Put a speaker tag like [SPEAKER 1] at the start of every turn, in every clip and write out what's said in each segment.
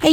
[SPEAKER 1] Hey,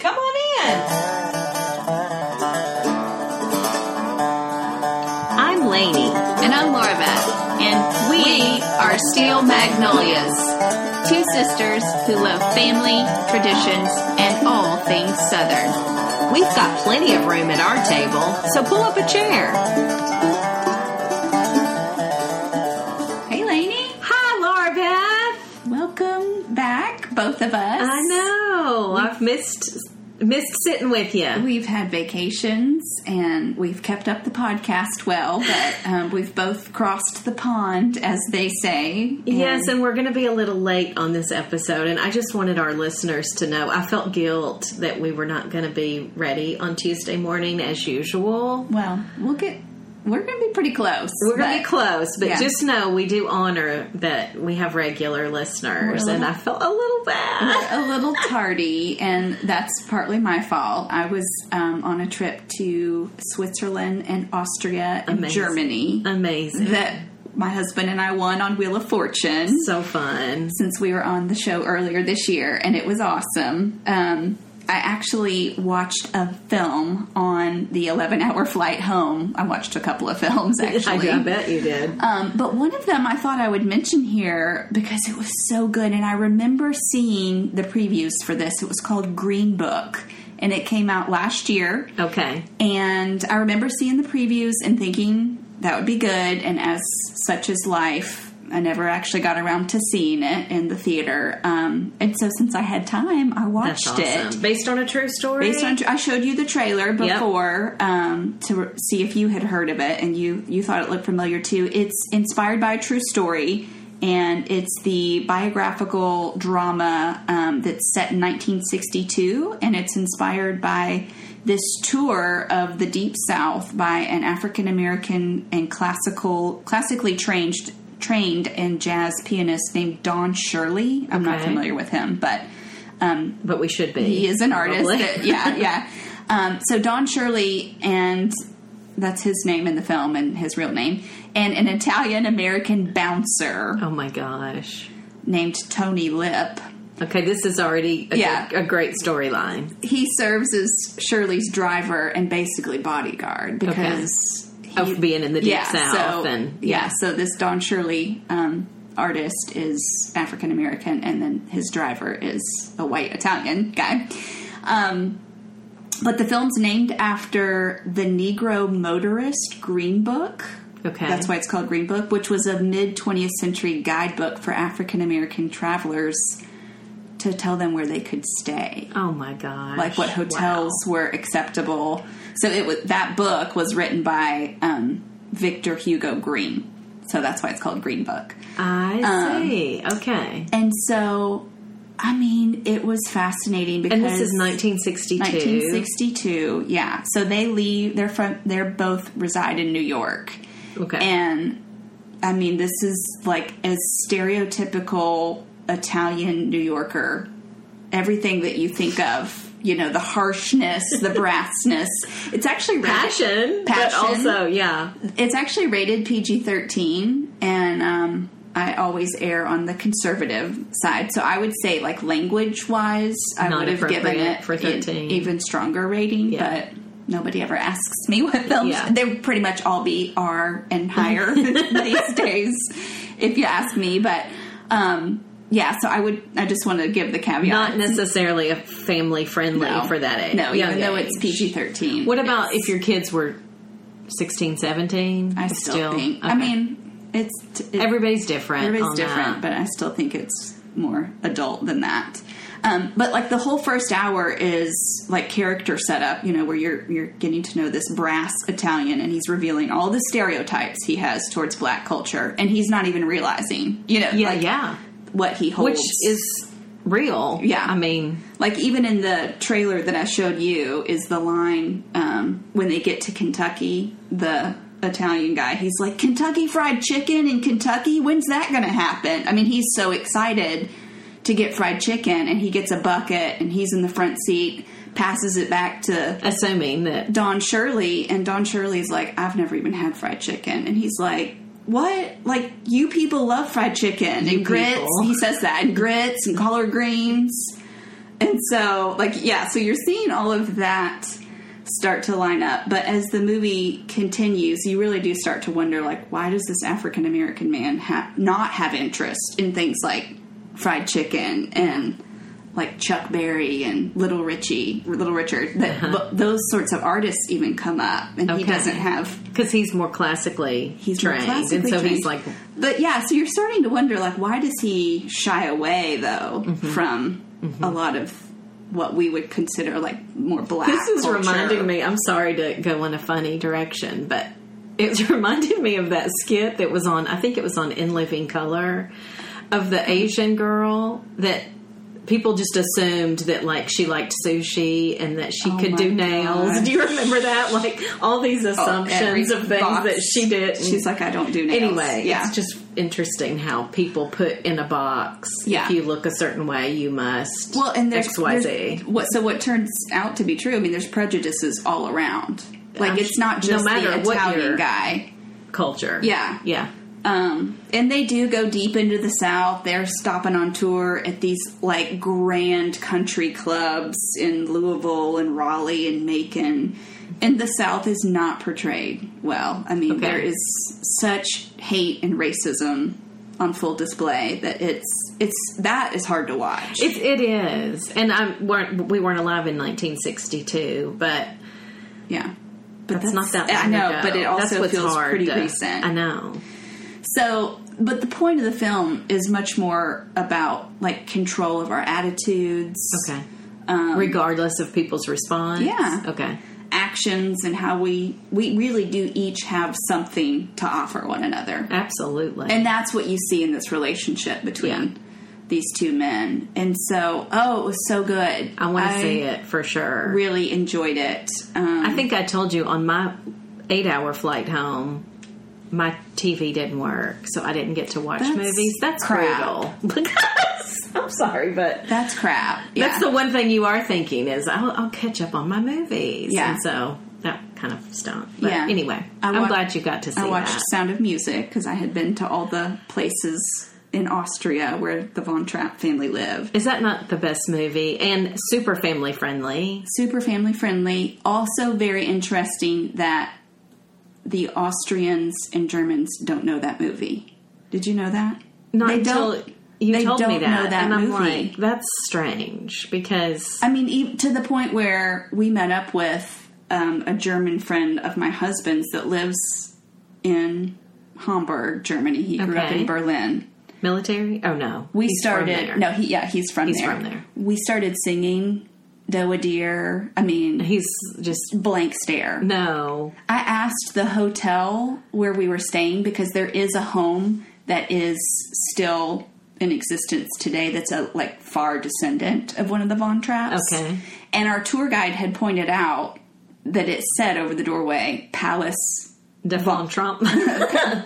[SPEAKER 1] Come on in.
[SPEAKER 2] I'm Lainey. And I'm Laura Beth. And we are Steel Magnolias, two sisters who love family, traditions, and all things Southern. We've got plenty of room at our table, so pull up a chair. Hey, Lainey.
[SPEAKER 3] Hi, Laura Beth.
[SPEAKER 2] Welcome back, both of us.
[SPEAKER 3] I know. I've missed missed sitting with you.
[SPEAKER 2] We've had vacations and we've kept up the podcast well, but um, we've both crossed the pond, as they say.
[SPEAKER 3] Yes, and we're going to be a little late on this episode, and I just wanted our listeners to know. I felt guilt that we were not going to be ready on Tuesday morning as usual.
[SPEAKER 2] Well, we'll get. We're going to be pretty close.
[SPEAKER 3] We're going to
[SPEAKER 2] but
[SPEAKER 3] be close, but
[SPEAKER 2] yeah.
[SPEAKER 3] just know we do honor that we have regular listeners,
[SPEAKER 2] We're a
[SPEAKER 3] and I
[SPEAKER 2] little-
[SPEAKER 3] felt a little bad.
[SPEAKER 2] A little tardy, and that's partly my fault. I was um, on a trip to Switzerland and Austria and
[SPEAKER 3] Amazing.
[SPEAKER 2] Germany
[SPEAKER 3] Amazing.
[SPEAKER 2] that my husband and I won on Wheel of Fortune.
[SPEAKER 3] so fun.
[SPEAKER 2] since we were on the show earlier this year, and it was awesome. Um, I actually watched a film on the 11 hour flight home. I watched a couple of films
[SPEAKER 3] I,
[SPEAKER 2] actually.
[SPEAKER 3] I bet you did.
[SPEAKER 2] Um, but one of them I thought I would mention here because it was so good, and I remember seeing the previews for this. It was called Green Book, and it came out last year.
[SPEAKER 3] okay.
[SPEAKER 2] And I remember seeing the previews and thinking that would be good. And as such is life, I never actually got around to seeing it in the theater. Um, and so since I had time, I
[SPEAKER 3] That's
[SPEAKER 2] watched
[SPEAKER 3] awesome.
[SPEAKER 2] it.
[SPEAKER 3] Based on a true story?
[SPEAKER 2] Based on, I showed you the trailer before um, to re- see if you had heard of it, and you you thought it looked familiar too. It's inspired by a true story, and it's the biographical drama um, that's set in 1962, and it's inspired by this tour of the Deep South by an African American and classical classically trained trained and jazz pianist named Don Shirley. I'm not
[SPEAKER 3] Okay.
[SPEAKER 2] familiar with him, but
[SPEAKER 3] But we should be.
[SPEAKER 2] he is an artist.
[SPEAKER 3] Probably.
[SPEAKER 2] that- yeah, yeah. Um, so Don Shirley, and that's his name in the film and his real name, and an Italian American bouncer
[SPEAKER 3] Oh my gosh.
[SPEAKER 2] named Tony Lip.
[SPEAKER 3] Okay, this is already a,
[SPEAKER 2] Yeah.
[SPEAKER 3] a great storyline.
[SPEAKER 2] He serves as Shirley's driver and basically bodyguard because he-
[SPEAKER 3] Of being in the deep south
[SPEAKER 2] So,
[SPEAKER 3] and-
[SPEAKER 2] yeah. so this Don Shirley um, artist is African American, and then his driver is a white Italian guy. Um, but the film's named after the Negro motorist Green Book.
[SPEAKER 3] Okay.
[SPEAKER 2] That's why it's called Green Book, which was a mid 20th century guidebook for African American travelers to tell them where they could stay
[SPEAKER 3] Oh my gosh.
[SPEAKER 2] like what hotels were acceptable. So it was that book was written by um, Victor Hugo Green, so that's why it's called Green Book.
[SPEAKER 3] Wow. I
[SPEAKER 2] um,
[SPEAKER 3] see. okay.
[SPEAKER 2] And so, I mean, it was fascinating because
[SPEAKER 3] And this is 1962.
[SPEAKER 2] 1962. Yeah, so they leave. They're from. They're both reside in New York,
[SPEAKER 3] Okay.
[SPEAKER 2] and I mean, this is like a stereotypical Italian New Yorker. Everything that you think of, you know, the harshness, the brassness. It's actually rated,
[SPEAKER 3] passion, but
[SPEAKER 2] Passion.
[SPEAKER 3] also yeah.
[SPEAKER 2] It's actually rated PG thirteen, and um, I always err on the conservative side. So I would say, like language wise, I
[SPEAKER 3] Not
[SPEAKER 2] would have given
[SPEAKER 3] appropriate
[SPEAKER 2] it
[SPEAKER 3] for
[SPEAKER 2] an
[SPEAKER 3] 13.
[SPEAKER 2] even stronger rating,
[SPEAKER 3] Yeah.
[SPEAKER 2] but. Nobody ever asks me what films.
[SPEAKER 3] Yeah.
[SPEAKER 2] They would pretty much all be R and higher these days, if you ask me. But um, yeah, so I would. I just want to give the caveat.
[SPEAKER 3] Not necessarily a family friendly
[SPEAKER 2] No.
[SPEAKER 3] for that age.
[SPEAKER 2] No,
[SPEAKER 3] young
[SPEAKER 2] even though
[SPEAKER 3] age.
[SPEAKER 2] it's PG thirteen.
[SPEAKER 3] What about if your kids were 16, 17.
[SPEAKER 2] I
[SPEAKER 3] It's
[SPEAKER 2] still, think. I
[SPEAKER 3] okay.
[SPEAKER 2] mean, it's t- it-
[SPEAKER 3] everybody's different.
[SPEAKER 2] everybody's
[SPEAKER 3] on that.
[SPEAKER 2] different, but I still think it's more adult than that. Um, but like the whole first hour is like character setup, you know, where you're you're getting to know this brass Italian, and he's revealing all the stereotypes he has towards black culture, and he's not even realizing, you know,
[SPEAKER 3] yeah,
[SPEAKER 2] like
[SPEAKER 3] yeah,
[SPEAKER 2] what he holds,
[SPEAKER 3] which is real.
[SPEAKER 2] Yeah.
[SPEAKER 3] I mean,
[SPEAKER 2] like even in the trailer that I showed you is the line um, when they get to Kentucky, the Italian guy, he's like Kentucky fried chicken in Kentucky. When's that going to happen? I mean, he's so excited to get fried chicken, and he gets a bucket, and he's in the front seat, passes it back to
[SPEAKER 3] assuming that
[SPEAKER 2] Don Shirley, and Don Shirley's like, I've never even had fried chicken. And he's like, What? Like, you people love fried chicken
[SPEAKER 3] You
[SPEAKER 2] and grits.
[SPEAKER 3] people.
[SPEAKER 2] He says that, and grits and collard greens. And so, like, yeah, so you're seeing all of that start to line up. But as the movie continues, you really do start to wonder, like, why does this African American man ha- not have interest in things like fried chicken and like Chuck Berry and Little Richie, Little Richard, that but those sorts of artists even come up, and
[SPEAKER 3] Okay.
[SPEAKER 2] he doesn't have.
[SPEAKER 3] because he's more classically
[SPEAKER 2] He's more
[SPEAKER 3] trained, and
[SPEAKER 2] classically
[SPEAKER 3] so he's
[SPEAKER 2] trained.
[SPEAKER 3] like,
[SPEAKER 2] But yeah, so you're starting to wonder, like, why does he shy away though from a lot of what we would consider like more black?
[SPEAKER 3] This is
[SPEAKER 2] culture?
[SPEAKER 3] reminding me. I'm sorry to go in a funny direction, but it's reminded me of that skit that was on. I think it was on In Living Color, of the Asian girl that people just assumed that like she liked sushi and that she could
[SPEAKER 2] Oh my
[SPEAKER 3] do nails.
[SPEAKER 2] God.
[SPEAKER 3] Do you remember that? Like all these
[SPEAKER 2] every
[SPEAKER 3] assumptions of things
[SPEAKER 2] box.
[SPEAKER 3] that she did.
[SPEAKER 2] Oh, She's like, I don't do nails.
[SPEAKER 3] Anyway,
[SPEAKER 2] yeah,
[SPEAKER 3] it's just interesting how people put in a box.
[SPEAKER 2] Yeah.
[SPEAKER 3] If you look a certain way, you must.
[SPEAKER 2] well, and there's
[SPEAKER 3] X Y Z.
[SPEAKER 2] there's- What so what turns out to be true? I mean, there's prejudices all around. Like
[SPEAKER 3] I'm
[SPEAKER 2] it's
[SPEAKER 3] sh-
[SPEAKER 2] not
[SPEAKER 3] no
[SPEAKER 2] just
[SPEAKER 3] matter
[SPEAKER 2] the
[SPEAKER 3] what
[SPEAKER 2] Italian
[SPEAKER 3] your-
[SPEAKER 2] guy.
[SPEAKER 3] culture.
[SPEAKER 2] Yeah.
[SPEAKER 3] Yeah.
[SPEAKER 2] Um, and they do go deep into the South. They're stopping on tour at these like grand country clubs in Louisville and Raleigh and Macon. And the South is not portrayed well. I mean,
[SPEAKER 3] Okay.
[SPEAKER 2] there is such hate and racism on full display that it's it's that is hard to watch.
[SPEAKER 3] It, it is, and I weren't we weren't alive in 1962, but
[SPEAKER 2] yeah, but
[SPEAKER 3] that's, not that. Long
[SPEAKER 2] I know,
[SPEAKER 3] ago.
[SPEAKER 2] but it
[SPEAKER 3] That's
[SPEAKER 2] also
[SPEAKER 3] what's
[SPEAKER 2] feels
[SPEAKER 3] hard
[SPEAKER 2] pretty
[SPEAKER 3] to-
[SPEAKER 2] recent.
[SPEAKER 3] I know.
[SPEAKER 2] So, but the point of the film is much more about like control of our attitudes,
[SPEAKER 3] Okay. Regardless of people's response.
[SPEAKER 2] Um, Yeah.
[SPEAKER 3] Okay.
[SPEAKER 2] actions, and how we we really do each have something to offer one another,
[SPEAKER 3] Absolutely.
[SPEAKER 2] and that's what you see in this relationship between
[SPEAKER 3] Yeah.
[SPEAKER 2] these two men. And so, oh, it was so good.
[SPEAKER 3] I want to see it for sure.
[SPEAKER 2] Really enjoyed it. Um,
[SPEAKER 3] I think I told you on my eight-hour flight home. My TV didn't work, so I didn't get to watch
[SPEAKER 2] That's
[SPEAKER 3] movies. That's
[SPEAKER 2] crap.
[SPEAKER 3] brutal. Because I'm sorry, but
[SPEAKER 2] that's crap.
[SPEAKER 3] That's the one thing you are thinking is I'll, I'll catch up on my movies.
[SPEAKER 2] Yeah.
[SPEAKER 3] And so that kind of stunk. But
[SPEAKER 2] Yeah.
[SPEAKER 3] anyway,
[SPEAKER 2] I
[SPEAKER 3] I'm
[SPEAKER 2] wa-
[SPEAKER 3] glad you got to see
[SPEAKER 2] I watched
[SPEAKER 3] that.
[SPEAKER 2] Sound of Music because I had been to all the places in Austria where the Von Trapp family lived.
[SPEAKER 3] Is that not the best movie and super family friendly?
[SPEAKER 2] super family friendly. Also, very interesting that the Austrians and Germans don't know that movie. Did you know that?
[SPEAKER 3] Not
[SPEAKER 2] They
[SPEAKER 3] until
[SPEAKER 2] don't-
[SPEAKER 3] you
[SPEAKER 2] they
[SPEAKER 3] told me
[SPEAKER 2] don't
[SPEAKER 3] that,
[SPEAKER 2] know that
[SPEAKER 3] and I'm
[SPEAKER 2] movie.
[SPEAKER 3] like, that's strange because
[SPEAKER 2] I mean, e- to the point where we met up with um, a German friend of my husband's that lives in Hamburg, Germany. He grew up
[SPEAKER 3] Okay.
[SPEAKER 2] in Berlin.
[SPEAKER 3] military. Oh no,
[SPEAKER 2] We
[SPEAKER 3] He's from
[SPEAKER 2] started.
[SPEAKER 3] there.
[SPEAKER 2] No, he yeah, he's from
[SPEAKER 3] He's
[SPEAKER 2] there.
[SPEAKER 3] from there.
[SPEAKER 2] We started singing "Doe a Deer." I mean,
[SPEAKER 3] he's just
[SPEAKER 2] blank stare.
[SPEAKER 3] no.
[SPEAKER 2] I asked the hotel where we were staying because there is a home that is still in existence today that's a like far descendant of one of the Von Trapps.
[SPEAKER 3] Okay.
[SPEAKER 2] And our tour guide had pointed out that it said over the doorway Palace
[SPEAKER 3] Devon Trump.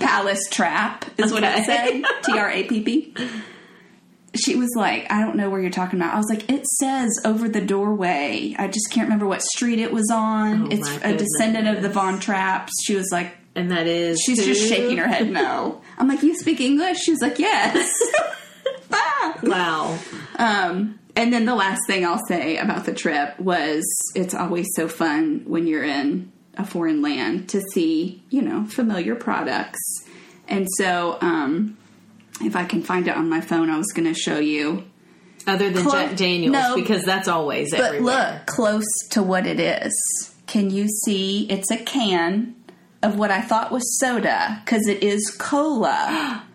[SPEAKER 2] Palace Trap is what it
[SPEAKER 3] Okay.
[SPEAKER 2] said. T R A P P. She was like, I don't know where you're talking about. I was like, it says over the doorway. I just can't remember what street it was on.
[SPEAKER 3] Oh,
[SPEAKER 2] it's
[SPEAKER 3] my
[SPEAKER 2] a descendant of the
[SPEAKER 3] goodness.
[SPEAKER 2] Von Trapps. She was like,
[SPEAKER 3] and that is
[SPEAKER 2] She's just
[SPEAKER 3] who?
[SPEAKER 2] shaking her head no. I'm like, you speak English? She was like, yes. Ah.
[SPEAKER 3] Wow.
[SPEAKER 2] um, and then the last thing I'll say about the trip was it's always so fun when you're in a foreign land to see, you know, familiar products. And so, um, if I can find it on my phone, I was going to show you.
[SPEAKER 3] Other than
[SPEAKER 2] Clo-
[SPEAKER 3] Jack Daniels,
[SPEAKER 2] No.
[SPEAKER 3] because that's always
[SPEAKER 2] But
[SPEAKER 3] everywhere.
[SPEAKER 2] look close to what it is. Can you see? It's a can of what I thought was soda because it is cola,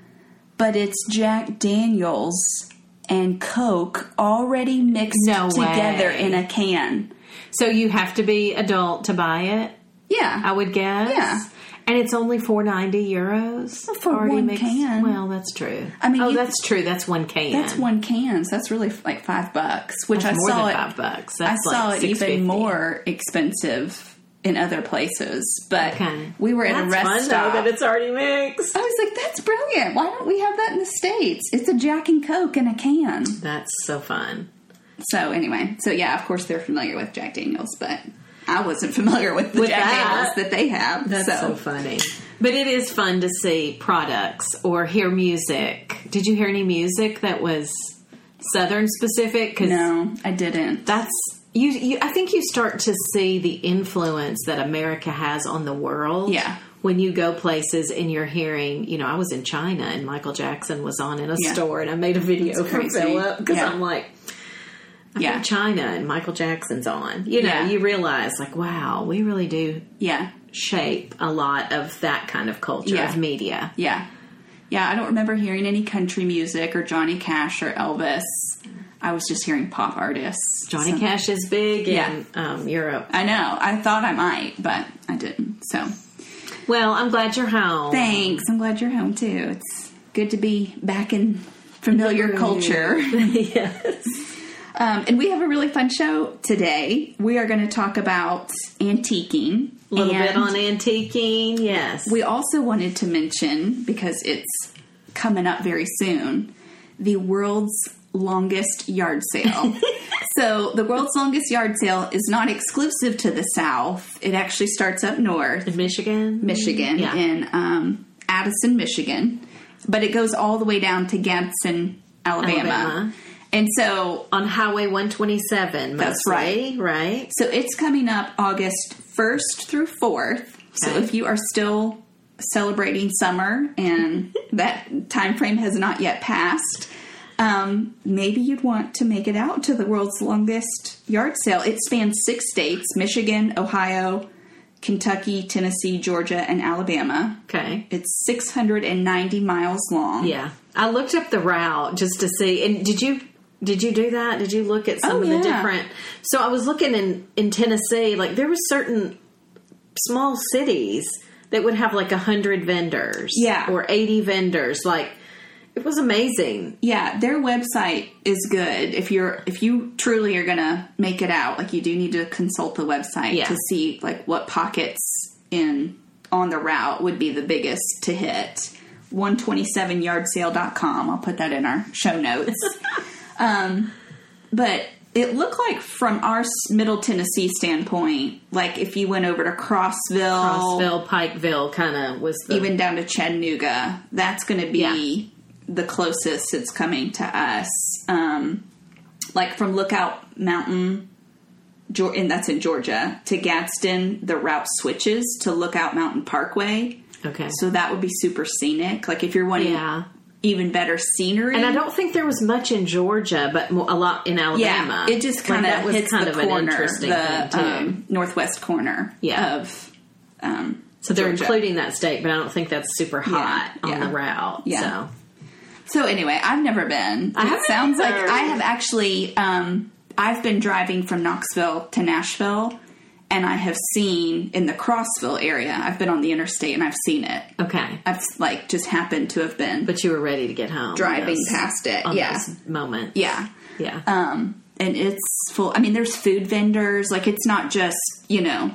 [SPEAKER 2] but it's Jack Daniels and Coke already mixed
[SPEAKER 3] No
[SPEAKER 2] together
[SPEAKER 3] way.
[SPEAKER 2] in a can.
[SPEAKER 3] So you have to be adult to buy it,
[SPEAKER 2] Yeah.
[SPEAKER 3] I would guess.
[SPEAKER 2] Yeah.
[SPEAKER 3] And it's only four ninety euros
[SPEAKER 2] for one can.
[SPEAKER 3] Well, that's true.
[SPEAKER 2] I mean,
[SPEAKER 3] oh,
[SPEAKER 2] you-
[SPEAKER 3] that's true. That's one can.
[SPEAKER 2] that's one can, so that's really like five bucks, which
[SPEAKER 3] That's
[SPEAKER 2] I
[SPEAKER 3] more
[SPEAKER 2] saw
[SPEAKER 3] than
[SPEAKER 2] it.
[SPEAKER 3] five bucks.
[SPEAKER 2] I
[SPEAKER 3] That's
[SPEAKER 2] saw
[SPEAKER 3] like
[SPEAKER 2] it even
[SPEAKER 3] 6.50.
[SPEAKER 2] more expensive in other places, but
[SPEAKER 3] Okay.
[SPEAKER 2] we were at a
[SPEAKER 3] That's
[SPEAKER 2] rest
[SPEAKER 3] fun, though,
[SPEAKER 2] stop.
[SPEAKER 3] that it's already mixed.
[SPEAKER 2] I was like, "That's brilliant! Why don't we have that in the states? It's a Jack and Coke in a can."
[SPEAKER 3] That's so fun.
[SPEAKER 2] So anyway, so yeah, of course they're familiar with Jack Daniels, but I wasn't familiar with the
[SPEAKER 3] With
[SPEAKER 2] Jack
[SPEAKER 3] that.
[SPEAKER 2] Daniels that they have.
[SPEAKER 3] That's so.
[SPEAKER 2] so,
[SPEAKER 3] funny. But it is fun to see products or hear music. Did you hear any music that was Southern specific? Because
[SPEAKER 2] no, I didn't.
[SPEAKER 3] that's you, you. I think you start to see the influence that America has on the world.
[SPEAKER 2] Yeah.
[SPEAKER 3] When you go places and you're hearing, you know, I was in China and Michael Jackson was on in a
[SPEAKER 2] Yeah.
[SPEAKER 3] store and I made a video
[SPEAKER 2] That's
[SPEAKER 3] for
[SPEAKER 2] crazy.
[SPEAKER 3] Philip because
[SPEAKER 2] Yeah.
[SPEAKER 3] I'm like,
[SPEAKER 2] Yeah,
[SPEAKER 3] China and Michael Jackson's on. You know,
[SPEAKER 2] Yeah.
[SPEAKER 3] you realize like, wow, we really do
[SPEAKER 2] yeah,
[SPEAKER 3] shape a lot of that kind of culture
[SPEAKER 2] Yeah.
[SPEAKER 3] of media.
[SPEAKER 2] yeah, yeah. I don't remember hearing any country music or Johnny Cash or Elvis. I was just hearing pop artists.
[SPEAKER 3] Johnny
[SPEAKER 2] So-
[SPEAKER 3] Cash is big
[SPEAKER 2] Yeah.
[SPEAKER 3] in um, Europe.
[SPEAKER 2] I know. I thought I might, but I didn't. So
[SPEAKER 3] Well, I'm glad you're home.
[SPEAKER 2] thanks. I'm glad you're home too. It's good to be back in familiar culture.
[SPEAKER 3] yes.
[SPEAKER 2] Um, and we have a really fun show today. We are going to talk about antiquing.
[SPEAKER 3] A little
[SPEAKER 2] and
[SPEAKER 3] bit on antiquing. Yes.
[SPEAKER 2] We also wanted to mention, because it's coming up very soon, the world's longest yard sale. so, the world's longest yard sale is not exclusive to the South, it actually starts up north.
[SPEAKER 3] in Michigan.
[SPEAKER 2] Michigan,
[SPEAKER 3] Yeah.
[SPEAKER 2] in um, Addison, Michigan, but it goes all the way down to Gadsden, Alabama.
[SPEAKER 3] Alabama.
[SPEAKER 2] And so,
[SPEAKER 3] on Highway 127.
[SPEAKER 2] That's
[SPEAKER 3] mostly, Right.
[SPEAKER 2] so it's coming up August 1st through 4th. So
[SPEAKER 3] Okay.
[SPEAKER 2] if you are still celebrating summer and that time frame has not yet passed, um, maybe you'd want to make it out to the world's longest yard sale. It spans six states: Michigan, Ohio, Kentucky, Tennessee, Georgia, and Alabama.
[SPEAKER 3] Okay.
[SPEAKER 2] It's 690 miles long.
[SPEAKER 3] Yeah. I looked up the route just to see. And did you did you do that? Did you look at some
[SPEAKER 2] Oh,
[SPEAKER 3] of
[SPEAKER 2] yeah.
[SPEAKER 3] the different? So I was looking in in Tennessee. Like there were certain small cities that would have like a hundred vendors,
[SPEAKER 2] Yeah.
[SPEAKER 3] or eighty vendors. Like it was amazing.
[SPEAKER 2] Yeah, their website is good. If you're if you truly are going to make it out, like you do need to consult the website
[SPEAKER 3] Yeah.
[SPEAKER 2] to see like what pockets in on the route would be the biggest to hit. 127yardsale.com. I'll put that in our show notes. Um, but it looked like from our s- middle Tennessee standpoint, like if you went over to Crossville
[SPEAKER 3] Crossville, Pikeville, kind of was the
[SPEAKER 2] even down to Chattanooga. That's going to be the closest it's coming to us. Um, like from Lookout Mountain, Geor- and that's in Georgia, to Gadsden, the route switches to Lookout Mountain Parkway.
[SPEAKER 3] okay.
[SPEAKER 2] So that would be super scenic. Like if you're wanting
[SPEAKER 3] Yeah.
[SPEAKER 2] even better scenery.
[SPEAKER 3] And I don't think there was much in Georgia, but mo- a lot in Alabama.
[SPEAKER 2] yeah, it just kind
[SPEAKER 3] like,
[SPEAKER 2] of
[SPEAKER 3] that was
[SPEAKER 2] hits
[SPEAKER 3] kind
[SPEAKER 2] the
[SPEAKER 3] of
[SPEAKER 2] corner,
[SPEAKER 3] an interesting
[SPEAKER 2] the
[SPEAKER 3] thing too.
[SPEAKER 2] um, northwest corner
[SPEAKER 3] Yeah.
[SPEAKER 2] of. Um,
[SPEAKER 3] so they're
[SPEAKER 2] Georgia.
[SPEAKER 3] including that state, but I don't think that's super hot on
[SPEAKER 2] yeah.
[SPEAKER 3] the route.
[SPEAKER 2] Yeah.
[SPEAKER 3] So
[SPEAKER 2] So anyway, I've never been.
[SPEAKER 3] I
[SPEAKER 2] it
[SPEAKER 3] haven't
[SPEAKER 2] sounds like
[SPEAKER 3] either.
[SPEAKER 2] I have actually. Um, I've been driving from Knoxville to Nashville, and I have seen in the Crossville area. I've been on the interstate and I've seen it.
[SPEAKER 3] okay,
[SPEAKER 2] I've like just happened to have been
[SPEAKER 3] but you were ready to get home.
[SPEAKER 2] driving
[SPEAKER 3] yes,
[SPEAKER 2] past it.
[SPEAKER 3] on
[SPEAKER 2] Yeah,
[SPEAKER 3] those moments.
[SPEAKER 2] yeah.
[SPEAKER 3] yeah.
[SPEAKER 2] Um, and it's full. I mean, there's food vendors. Like it's not just you know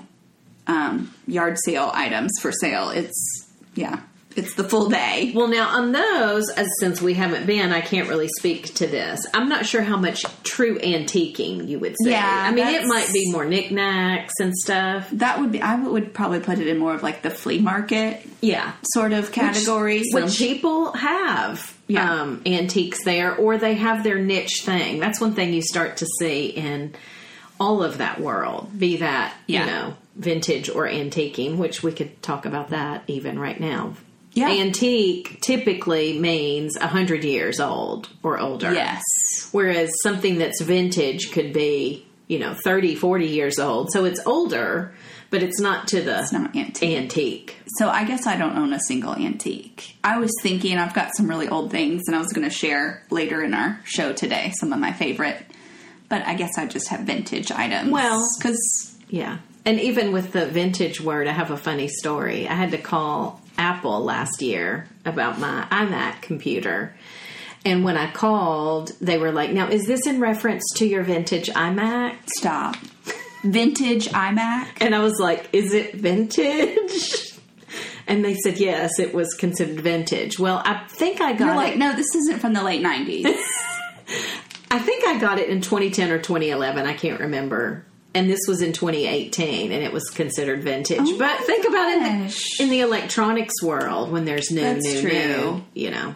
[SPEAKER 2] um, yard sale items for sale. It's yeah, it's the full day.
[SPEAKER 3] well, now on those, as since we haven't been, I can't really speak to this. I'm not sure how much true antiquing you would see.
[SPEAKER 2] Yeah,
[SPEAKER 3] I mean, it
[SPEAKER 2] that's-
[SPEAKER 3] might be more knickknacks and stuff.
[SPEAKER 2] That would be. I would probably put it in more of like the flea market
[SPEAKER 3] Yeah,
[SPEAKER 2] sort of category.
[SPEAKER 3] Some
[SPEAKER 2] Which,
[SPEAKER 3] people have
[SPEAKER 2] Yeah.
[SPEAKER 3] um, antiques there, or they have their niche thing. That's one thing you start to see in all of that world, be that
[SPEAKER 2] Yeah.
[SPEAKER 3] you know vintage or antiquing, which we could talk about that even right now.
[SPEAKER 2] Yeah.
[SPEAKER 3] Antique typically means a hundred years old or older.
[SPEAKER 2] yes,
[SPEAKER 3] Whereas something that's vintage could be, you know, 30, 40 years old. So it's older, but it's not to the
[SPEAKER 2] It's not antique.
[SPEAKER 3] antique.
[SPEAKER 2] So I guess I don't own a single antique. I was thinking I've got some really old things and I was going to share later in our show today some of my favorite. But I guess I just have vintage items.
[SPEAKER 3] Well-
[SPEAKER 2] cuz
[SPEAKER 3] Yeah. And even with the vintage word, I have a funny story. I had to call Apple last year about my iMac computer. And when I called, they were like, now, is this in reference to your vintage iMac?
[SPEAKER 2] stop. Vintage iMac.
[SPEAKER 3] And I was like, is it vintage? And they said, yes, it was considered vintage. Well, I think I got
[SPEAKER 2] You're
[SPEAKER 3] it.
[SPEAKER 2] like, no, this isn't from the late 90s.
[SPEAKER 3] I think I got it in 2010 or 2011. I can't remember. And this was in 2018, and it was considered vintage.
[SPEAKER 2] Oh.
[SPEAKER 3] but think about
[SPEAKER 2] gosh.
[SPEAKER 3] it in the, in the electronics world when there's new,
[SPEAKER 2] That's
[SPEAKER 3] new,
[SPEAKER 2] true.
[SPEAKER 3] new. You know,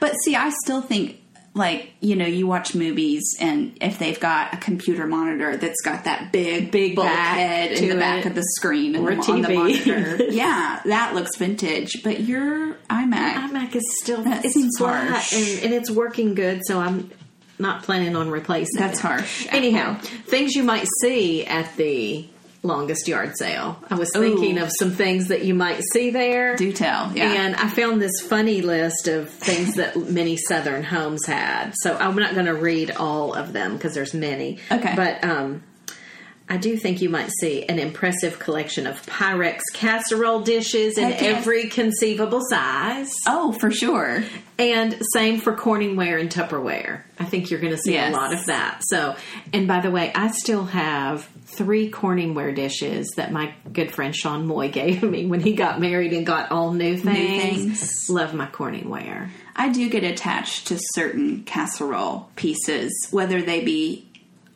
[SPEAKER 2] But see, I still think like you know, you watch movies, and if they've got a computer monitor that's got that big,
[SPEAKER 3] Big back
[SPEAKER 2] bulkhead in
[SPEAKER 3] to
[SPEAKER 2] the back
[SPEAKER 3] it.
[SPEAKER 2] of the screen and
[SPEAKER 3] Or a
[SPEAKER 2] on the
[SPEAKER 3] TV.
[SPEAKER 2] monitor, yeah, that looks vintage. But your iMac,
[SPEAKER 3] iMac is still
[SPEAKER 2] That
[SPEAKER 3] it's
[SPEAKER 2] seems
[SPEAKER 3] flat
[SPEAKER 2] harsh.
[SPEAKER 3] and, and it's working good. So I'm not planning on replacing.
[SPEAKER 2] That's
[SPEAKER 3] it.
[SPEAKER 2] harsh,
[SPEAKER 3] Anyhow, things you might see at the longest yard sale. I was thinking
[SPEAKER 2] Ooh.
[SPEAKER 3] of some things that you might see there.
[SPEAKER 2] do tell, yeah.
[SPEAKER 3] And I found this funny list of things that many Southern homes had. So I'm not going to read all of them because there's many.
[SPEAKER 2] Okay.
[SPEAKER 3] But um, I do think you might see an impressive collection of Pyrex casserole dishes in
[SPEAKER 2] Heck yes.
[SPEAKER 3] every conceivable size.
[SPEAKER 2] oh, for sure.
[SPEAKER 3] And same for Corningware and Tupperware. I think you're going to see
[SPEAKER 2] Yes.
[SPEAKER 3] a lot of that. So, and by the way, I still have three Corningware dishes that my good friend Sean Moy gave me when he got married and got all new things.
[SPEAKER 2] things.
[SPEAKER 3] Love my Corningware.
[SPEAKER 2] I do get attached to certain casserole pieces, whether they be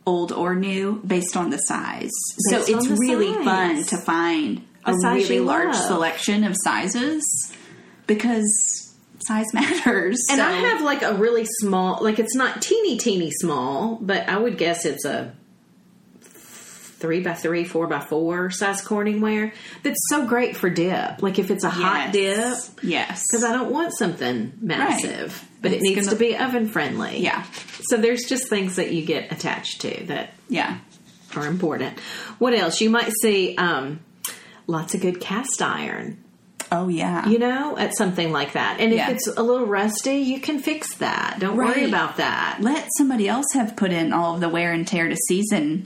[SPEAKER 2] old or new, based on the size.
[SPEAKER 3] Based
[SPEAKER 2] so
[SPEAKER 3] on
[SPEAKER 2] it's
[SPEAKER 3] the
[SPEAKER 2] really
[SPEAKER 3] size.
[SPEAKER 2] fun to find
[SPEAKER 3] The
[SPEAKER 2] a
[SPEAKER 3] size
[SPEAKER 2] really
[SPEAKER 3] you
[SPEAKER 2] large
[SPEAKER 3] love.
[SPEAKER 2] selection of sizes because size matters.
[SPEAKER 3] And I
[SPEAKER 2] So-
[SPEAKER 3] have like a really small, like it's not teeny, teeny small, but I would guess it's a three by three, four by four size Corningware that's so great for dip. Like if it's a hot dip.
[SPEAKER 2] yes. Yes.
[SPEAKER 3] because I don't want something massive, but it
[SPEAKER 2] It's
[SPEAKER 3] needs
[SPEAKER 2] gonna-
[SPEAKER 3] to be oven friendly.
[SPEAKER 2] Yeah.
[SPEAKER 3] So there's just things that you get attached to that
[SPEAKER 2] Yeah.
[SPEAKER 3] are important. What else? You might see um, lots of good cast iron,
[SPEAKER 2] Oh yeah.
[SPEAKER 3] you know, at something like that. And if
[SPEAKER 2] Yeah.
[SPEAKER 3] it's a little rusty, you can fix that. Don't worry
[SPEAKER 2] Right.
[SPEAKER 3] about that.
[SPEAKER 2] Let somebody else have put in all of the wear and tear to season.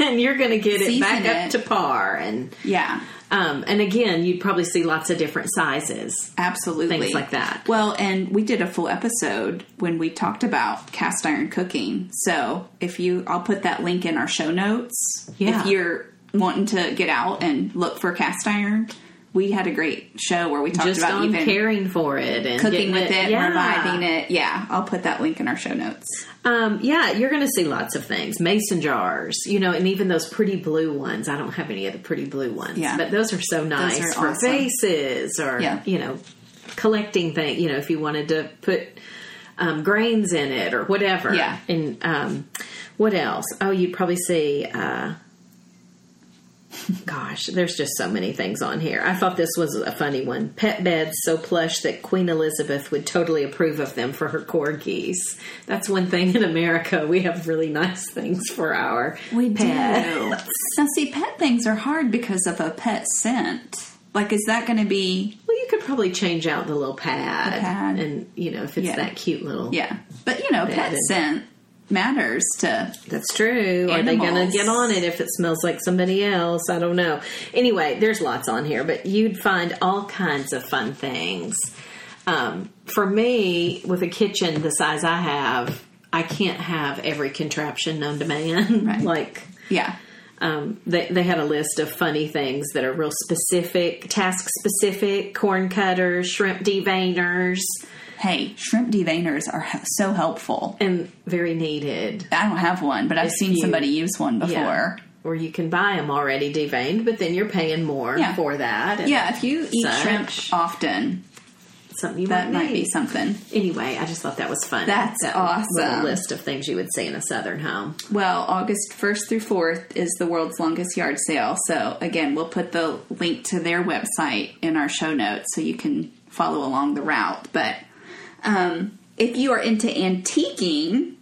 [SPEAKER 3] And you're going to get it
[SPEAKER 2] Season
[SPEAKER 3] back
[SPEAKER 2] it.
[SPEAKER 3] up to par. And
[SPEAKER 2] yeah.
[SPEAKER 3] um, and again, you'd probably see lots of different sizes.
[SPEAKER 2] Absolutely.
[SPEAKER 3] Things like that.
[SPEAKER 2] Well, and we did a full episode when we talked about cast iron cooking. So if you, I'll put that link in our show notes.
[SPEAKER 3] Yeah.
[SPEAKER 2] If you're wanting to get out and look for cast iron, we had a great show where we talked
[SPEAKER 3] Just
[SPEAKER 2] about
[SPEAKER 3] on
[SPEAKER 2] even
[SPEAKER 3] caring for it and getting
[SPEAKER 2] cooking with it,
[SPEAKER 3] yeah.
[SPEAKER 2] reviving it. Yeah. I'll put that link in our show notes.
[SPEAKER 3] Um, yeah, you're going to see lots of things. Mason jars, you know, and even those pretty blue ones. I don't have any of the pretty blue ones,
[SPEAKER 2] Yeah.
[SPEAKER 3] but those are so nice
[SPEAKER 2] are
[SPEAKER 3] for
[SPEAKER 2] awesome.
[SPEAKER 3] vases or,
[SPEAKER 2] Yeah.
[SPEAKER 3] you know, collecting things, you know, if you wanted to put um, grains in it or whatever.
[SPEAKER 2] Yeah.
[SPEAKER 3] And um, what else? Oh, you'd probably see, uh, gosh, there's just so many things on here. I thought this was a funny one. Pet beds so plush that Queen Elizabeth would totally approve of them for her corgis. That's one thing in America. We have really nice things for our
[SPEAKER 2] We
[SPEAKER 3] pets.
[SPEAKER 2] do. now, see, pet things are hard because of a pet scent. Like, is that going to be,
[SPEAKER 3] Well, you could probably change out the little pad,
[SPEAKER 2] pad.
[SPEAKER 3] and you know if it's
[SPEAKER 2] Yeah.
[SPEAKER 3] that cute little
[SPEAKER 2] yeah. But, you know, pet
[SPEAKER 3] and-
[SPEAKER 2] scent matters to
[SPEAKER 3] That's true. Are they going to
[SPEAKER 2] Animals.
[SPEAKER 3] get on it if it smells like somebody else? I don't know. Anyway, there's lots on here, but you'd find all kinds of fun things. Um, for me, with a kitchen the size I have, I can't have every contraption known to man.
[SPEAKER 2] Right.
[SPEAKER 3] like,
[SPEAKER 2] Yeah.
[SPEAKER 3] um, they, they had a list of funny things that are real specific, task specific corn cutters, shrimp deveiners,
[SPEAKER 2] Hey, shrimp deveiners are h- so helpful.
[SPEAKER 3] and very needed.
[SPEAKER 2] I don't have one, but I've seen
[SPEAKER 3] you-
[SPEAKER 2] somebody use one before.
[SPEAKER 3] Or you can buy them already deveined, but then you're paying more
[SPEAKER 2] Yeah.
[SPEAKER 3] for that.
[SPEAKER 2] Yeah,
[SPEAKER 3] and
[SPEAKER 2] if you eat
[SPEAKER 3] such.
[SPEAKER 2] shrimp often,
[SPEAKER 3] something you
[SPEAKER 2] that
[SPEAKER 3] might,
[SPEAKER 2] might be
[SPEAKER 3] need.
[SPEAKER 2] something.
[SPEAKER 3] Anyway, I just thought that was fun.
[SPEAKER 2] That's
[SPEAKER 3] that
[SPEAKER 2] awesome.
[SPEAKER 3] Little list of things you would see in a southern home.
[SPEAKER 2] Well, August 1st through 4th is the world's longest yard sale. So, again, we'll put the link to their website in our show notes so you can follow along the route. But um, if you are into antiquing,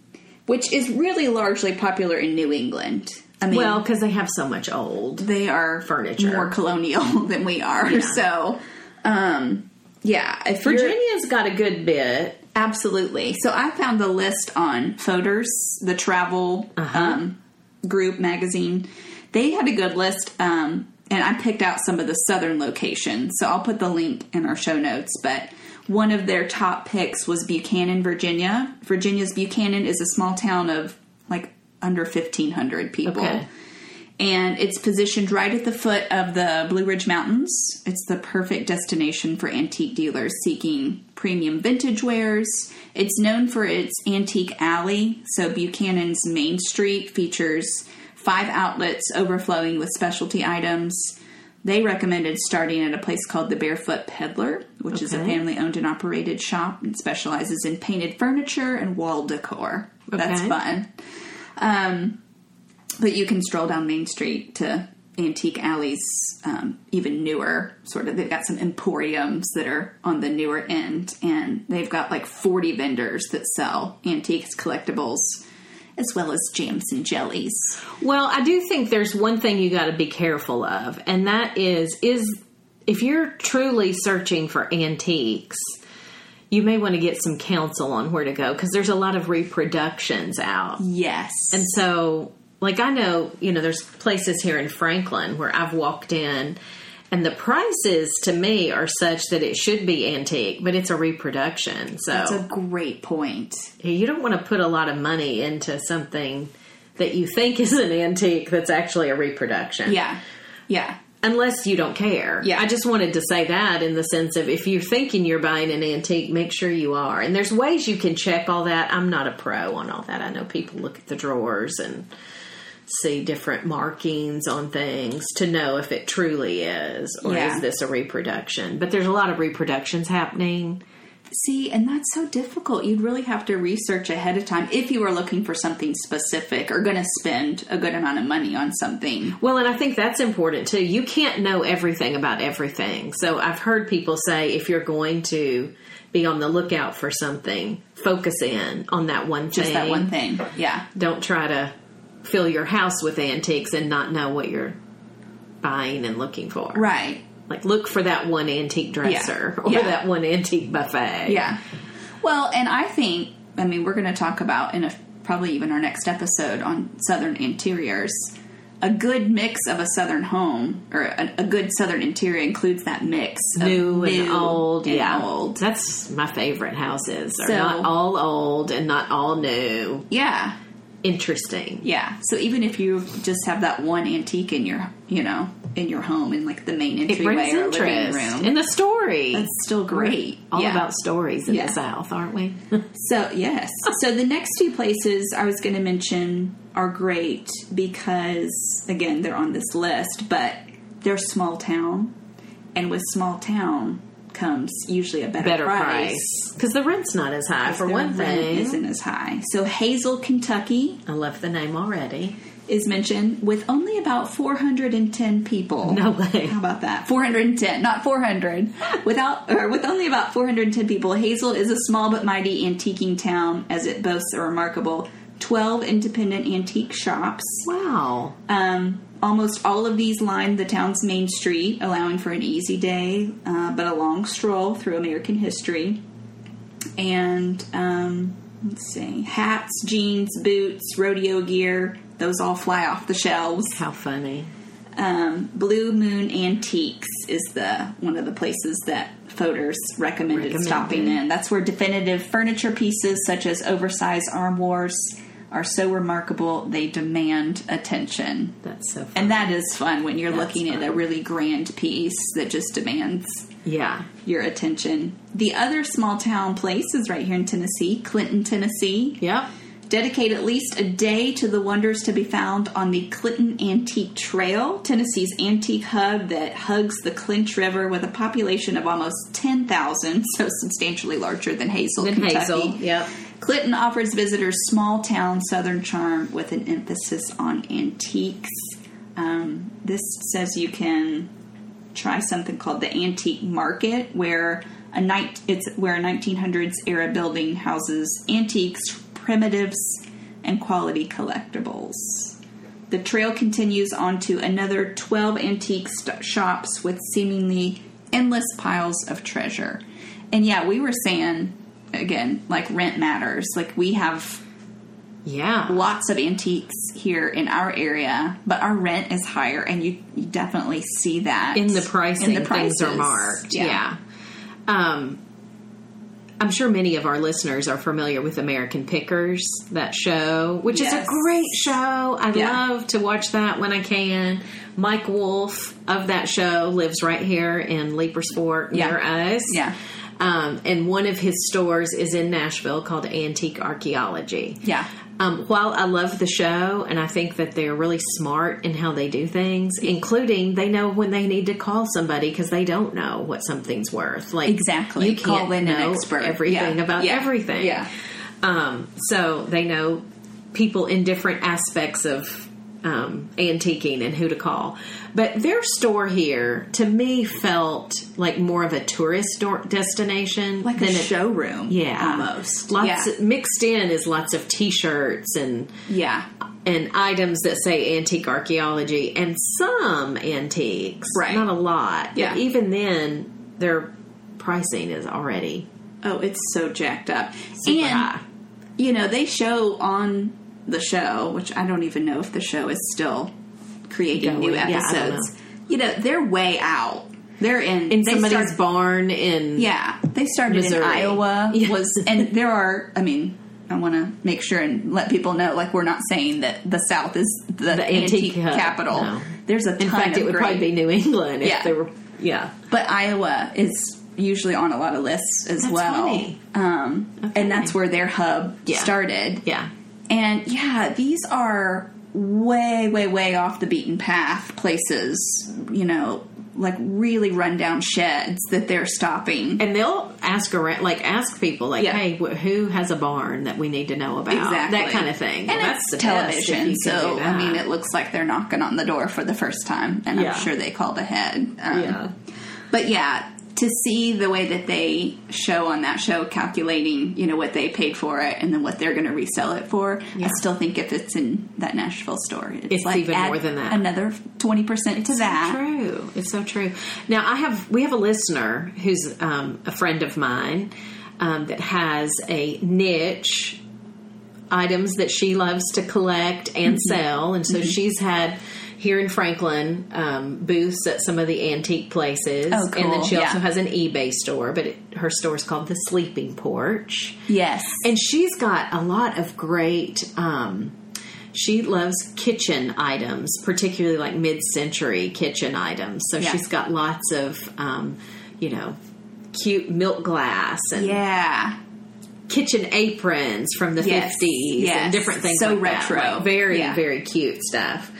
[SPEAKER 2] which is really largely popular in New England, I mean,
[SPEAKER 3] well, because they have so much old.
[SPEAKER 2] they are
[SPEAKER 3] Furniture.
[SPEAKER 2] more colonial than we are. So, um, yeah, if you're-
[SPEAKER 3] Virginia's got a good bit.
[SPEAKER 2] absolutely. So I found the list on Foders, the travel
[SPEAKER 3] Uh-huh.
[SPEAKER 2] um, group magazine. They had a good list, um, and I picked out some of the southern locations. So I'll put the link in our show notes, but. One of their top picks was Buchanan, Virginia. Virginia's Buchanan is a small town of like under 1,500 people
[SPEAKER 3] Okay.
[SPEAKER 2] and it's positioned right at the foot of the Blue Ridge Mountains. It's the perfect destination for antique dealers seeking premium vintage wares. It's known for its antique alley, so Buchanan's Main Street features five outlets overflowing with specialty items. They recommended starting at a place called the Barefoot Peddler, which is a
[SPEAKER 3] Okay.
[SPEAKER 2] family owned and operated shop and specializes in painted furniture and wall decor. That's
[SPEAKER 3] Okay.
[SPEAKER 2] fun. Um, but you can stroll down Main Street to Antique Alley's um, even newer sort of. They've got some emporiums that are on the newer end, and they've got like 40 vendors that sell antiques, collectibles, as well as jams and jellies.
[SPEAKER 3] Well, I do think there's one thing you got to be careful of, and that is is if you're truly searching for antiques, you may want to get some counsel on where to go because there's a lot of reproductions out.
[SPEAKER 2] Yes.
[SPEAKER 3] And so, like I know, you know, there's places here in Franklin where I've walked in and the prices to me are such that it should be antique, but it's a reproduction. So
[SPEAKER 2] that's a great point.
[SPEAKER 3] you don't want to put a lot of money into something that you think is an antique that's actually a reproduction.
[SPEAKER 2] Yeah. Yeah.
[SPEAKER 3] Unless you don't care.
[SPEAKER 2] Yeah.
[SPEAKER 3] I just wanted to say that in the sense of if you're thinking you're buying an antique, make sure you are. And there's ways you can check all that. I'm not a pro on all that. I know people look at the drawers and see different markings on things to know if it truly is or
[SPEAKER 2] Yeah.
[SPEAKER 3] is this a reproduction. But there's a lot of reproductions happening.
[SPEAKER 2] See, and that's so difficult. You'd really have to research ahead of time if you were looking for something specific or going to spend a good amount of money on something.
[SPEAKER 3] Well, and I think that's important too. You can't know everything about everything. So I've heard people say if you're going to be on the lookout for something, focus in on that one thing.
[SPEAKER 2] Just that one thing. Yeah.
[SPEAKER 3] Don't try to fill your house with antiques and not know what you're buying and looking for.
[SPEAKER 2] Right.
[SPEAKER 3] Like look for that one antique dresser or
[SPEAKER 2] Yeah.
[SPEAKER 3] that one antique buffet.
[SPEAKER 2] Yeah. Well, and I think, I mean, we're going to talk about in a, probably even our next episode on Southern interiors. A good mix of a Southern home or a, a good Southern interior includes that mix of
[SPEAKER 3] New, and old,
[SPEAKER 2] and
[SPEAKER 3] yeah.
[SPEAKER 2] old.
[SPEAKER 3] That's my favorite houses. Are
[SPEAKER 2] So-
[SPEAKER 3] not all old and not all new.
[SPEAKER 2] Yeah.
[SPEAKER 3] Interesting.
[SPEAKER 2] Yeah. So even if you just have that one antique in your, you know, in your home in like the main
[SPEAKER 3] it brings
[SPEAKER 2] entryway or living
[SPEAKER 3] interest
[SPEAKER 2] room,
[SPEAKER 3] in the story.
[SPEAKER 2] that's still great.
[SPEAKER 3] all
[SPEAKER 2] Yeah.
[SPEAKER 3] about stories in
[SPEAKER 2] Yeah.
[SPEAKER 3] the South, aren't we?
[SPEAKER 2] So, yes. so, the next few places I was going to mention are great because, again, they're on this list, but they're small town. And with small town comes usually a better,
[SPEAKER 3] Better
[SPEAKER 2] price.
[SPEAKER 3] price because the rent's not as high for
[SPEAKER 2] Their
[SPEAKER 3] one
[SPEAKER 2] rent
[SPEAKER 3] thing.
[SPEAKER 2] isn't as high. So, Hazel, Kentucky
[SPEAKER 3] I love the name already.
[SPEAKER 2] is mentioned with only about 410 people.
[SPEAKER 3] No way.
[SPEAKER 2] How about that? 410, not 400. Without or with only about 410 people, Hazel is a small but mighty antiquing town as it boasts a remarkable 12 independent antique shops.
[SPEAKER 3] Wow.
[SPEAKER 2] Um, almost all of these line the town's main street, allowing for an easy day uh, but a long stroll through American history. And um, let's see, hats, jeans, boots, rodeo gear, those all fly off the shelves.
[SPEAKER 3] How funny.
[SPEAKER 2] Um, Blue Moon Antiques is the one of the places that Foders recommended,
[SPEAKER 3] Recommended.
[SPEAKER 2] stopping in. That's where definitive furniture pieces such as oversized armoires are so remarkable they demand attention.
[SPEAKER 3] That's so funny.
[SPEAKER 2] And that is fun when you're looking at a
[SPEAKER 3] fun.
[SPEAKER 2] really grand piece that just demands
[SPEAKER 3] yeah.
[SPEAKER 2] your attention. The other small town place is right here in Tennessee, Clinton, Tennessee.
[SPEAKER 3] Yep.
[SPEAKER 2] Dedicate at least a day to the wonders to be found on the Clinton Antique Trail, Tennessee's antique hub that hugs the Clinch River with a population of almost 10,000, so substantially larger than Hazel,
[SPEAKER 3] Than
[SPEAKER 2] Kentucky.
[SPEAKER 3] Hazel, yep.
[SPEAKER 2] Clinton offers visitors small town southern charm with an emphasis on antiques. Um, this says you can try something called the antique market where a night it's where a 1900s era building houses antiques primitives and quality collectibles The trail continues on to another 12 antique st- shops with seemingly endless piles of treasure. And yeah, we were saying, again, like rent matters. Like we have
[SPEAKER 3] Yeah.
[SPEAKER 2] lots of antiques here in our area, but our rent is higher, and you, you definitely see that
[SPEAKER 3] In the pricing, things are
[SPEAKER 2] prices.
[SPEAKER 3] marked. Yeah. Um, I'm sure many of our listeners are familiar with American Pickers, that show, which is a
[SPEAKER 2] Yes.
[SPEAKER 3] great show. I
[SPEAKER 2] Yeah.
[SPEAKER 3] love to watch that when I can. Mike Wolf of that show lives right here in Leapersport near
[SPEAKER 2] Yeah.
[SPEAKER 3] us.
[SPEAKER 2] Yeah.
[SPEAKER 3] Um, and one of his stores is in Nashville called Antique Archaeology.
[SPEAKER 2] Yeah.
[SPEAKER 3] Um, while I love the show and I think that they're really smart in how they do things, including they know when they need to call somebody because they don't know what something's worth. Like
[SPEAKER 2] Exactly.
[SPEAKER 3] you can't
[SPEAKER 2] Call in
[SPEAKER 3] know
[SPEAKER 2] an expert.
[SPEAKER 3] everything
[SPEAKER 2] Yeah.
[SPEAKER 3] about
[SPEAKER 2] Yeah.
[SPEAKER 3] everything.
[SPEAKER 2] Yeah.
[SPEAKER 3] Um, so they know people in different aspects of um, antiquing and who to call. But their store here, to me, felt like more of a tourist door- destination
[SPEAKER 2] like
[SPEAKER 3] than
[SPEAKER 2] a
[SPEAKER 3] it-
[SPEAKER 2] showroom,
[SPEAKER 3] yeah,
[SPEAKER 2] almost.
[SPEAKER 3] Lots
[SPEAKER 2] yeah.
[SPEAKER 3] mixed in is lots of T-shirts and
[SPEAKER 2] yeah,
[SPEAKER 3] and items that say antique archaeology and some antiques,
[SPEAKER 2] Right.
[SPEAKER 3] Not a lot. But
[SPEAKER 2] Yeah.
[SPEAKER 3] even then, their pricing is already
[SPEAKER 2] Oh, it's so jacked up.
[SPEAKER 3] super
[SPEAKER 2] and
[SPEAKER 3] high.
[SPEAKER 2] you know, they show on the show, which I don't even know if the show is still creating new
[SPEAKER 3] Going, yeah, I don't
[SPEAKER 2] episodes. you know, they're way out. They're in,
[SPEAKER 3] In
[SPEAKER 2] they
[SPEAKER 3] somebody's
[SPEAKER 2] start-
[SPEAKER 3] barn in
[SPEAKER 2] Yeah, they started
[SPEAKER 3] Missouri.
[SPEAKER 2] in Iowa.
[SPEAKER 3] Yeah.
[SPEAKER 2] Was and there are. I mean, I want to make sure and let people know. Like, we're not saying that the South is the, antique,
[SPEAKER 3] antique hub,
[SPEAKER 2] capital.
[SPEAKER 3] no.
[SPEAKER 2] There's a ton
[SPEAKER 3] In fact,
[SPEAKER 2] of
[SPEAKER 3] it would
[SPEAKER 2] great,
[SPEAKER 3] probably be New England if
[SPEAKER 2] Yeah.
[SPEAKER 3] they were. Yeah,
[SPEAKER 2] but Iowa is usually on a lot of lists as
[SPEAKER 3] That's
[SPEAKER 2] well.
[SPEAKER 3] funny.
[SPEAKER 2] Um,
[SPEAKER 3] funny.
[SPEAKER 2] and that's where their hub
[SPEAKER 3] Yeah.
[SPEAKER 2] started.
[SPEAKER 3] yeah.
[SPEAKER 2] And yeah, these are way, way, way off the beaten path places, you know, like really rundown sheds that they're stopping.
[SPEAKER 3] And they'll ask around, like ask people, like,
[SPEAKER 2] Yeah.
[SPEAKER 3] "Hey, wh- who has a barn that we need to know about?"
[SPEAKER 2] Exactly.
[SPEAKER 3] That kind of thing.
[SPEAKER 2] And
[SPEAKER 3] Well, that's
[SPEAKER 2] it's
[SPEAKER 3] the best if you
[SPEAKER 2] television,
[SPEAKER 3] can do
[SPEAKER 2] so I
[SPEAKER 3] that.
[SPEAKER 2] mean, it looks like they're knocking on the door for the first time, and
[SPEAKER 3] Yeah.
[SPEAKER 2] I'm sure they called ahead. Um,
[SPEAKER 3] yeah.
[SPEAKER 2] But yeah, to see the way that they show on that show, calculating you know what they paid for it and then what they're going to resell it for, I still think if it's in that Nashville store, it's,
[SPEAKER 3] It's
[SPEAKER 2] like
[SPEAKER 3] even
[SPEAKER 2] add
[SPEAKER 3] more than that.
[SPEAKER 2] Another twenty percent to that.
[SPEAKER 3] True. It's so true. Now I have we have a listener who's um, a friend of mine um, that has a niche items that she loves to collect and
[SPEAKER 2] Mm-hmm.
[SPEAKER 3] sell, and so she's had. Here in Franklin, um, booths at some of the antique places,
[SPEAKER 2] Oh,
[SPEAKER 3] and then
[SPEAKER 2] cool.
[SPEAKER 3] she also
[SPEAKER 2] Yeah.
[SPEAKER 3] has an eBay store. But it, her store's called the Sleeping Porch,
[SPEAKER 2] Yes.
[SPEAKER 3] and she's got a lot of great. Um, she loves kitchen items, particularly like mid-century kitchen items. So
[SPEAKER 2] Yeah.
[SPEAKER 3] she's got lots of, um, you know, cute milk glass and
[SPEAKER 2] yeah.
[SPEAKER 3] kitchen aprons from the
[SPEAKER 2] Yes.
[SPEAKER 3] fifties and
[SPEAKER 2] Yes.
[SPEAKER 3] different things.
[SPEAKER 2] So
[SPEAKER 3] like that.
[SPEAKER 2] retro.
[SPEAKER 3] Like, very
[SPEAKER 2] Yeah.
[SPEAKER 3] very cute stuff.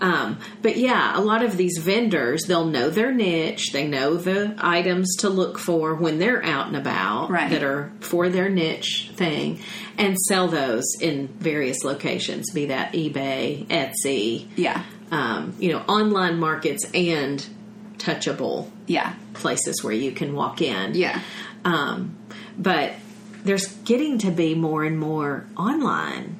[SPEAKER 3] Um, but yeah, a lot of these vendors they'll know their niche. They know the items to look for when they're out and about
[SPEAKER 2] Right.
[SPEAKER 3] that are for their niche thing, and sell those in various locations, be that eBay, Etsy,
[SPEAKER 2] Yeah.
[SPEAKER 3] um, you know, online markets and touchable
[SPEAKER 2] Yeah.
[SPEAKER 3] places where you can walk in.
[SPEAKER 2] Yeah.
[SPEAKER 3] Um, but there's getting to be more and more online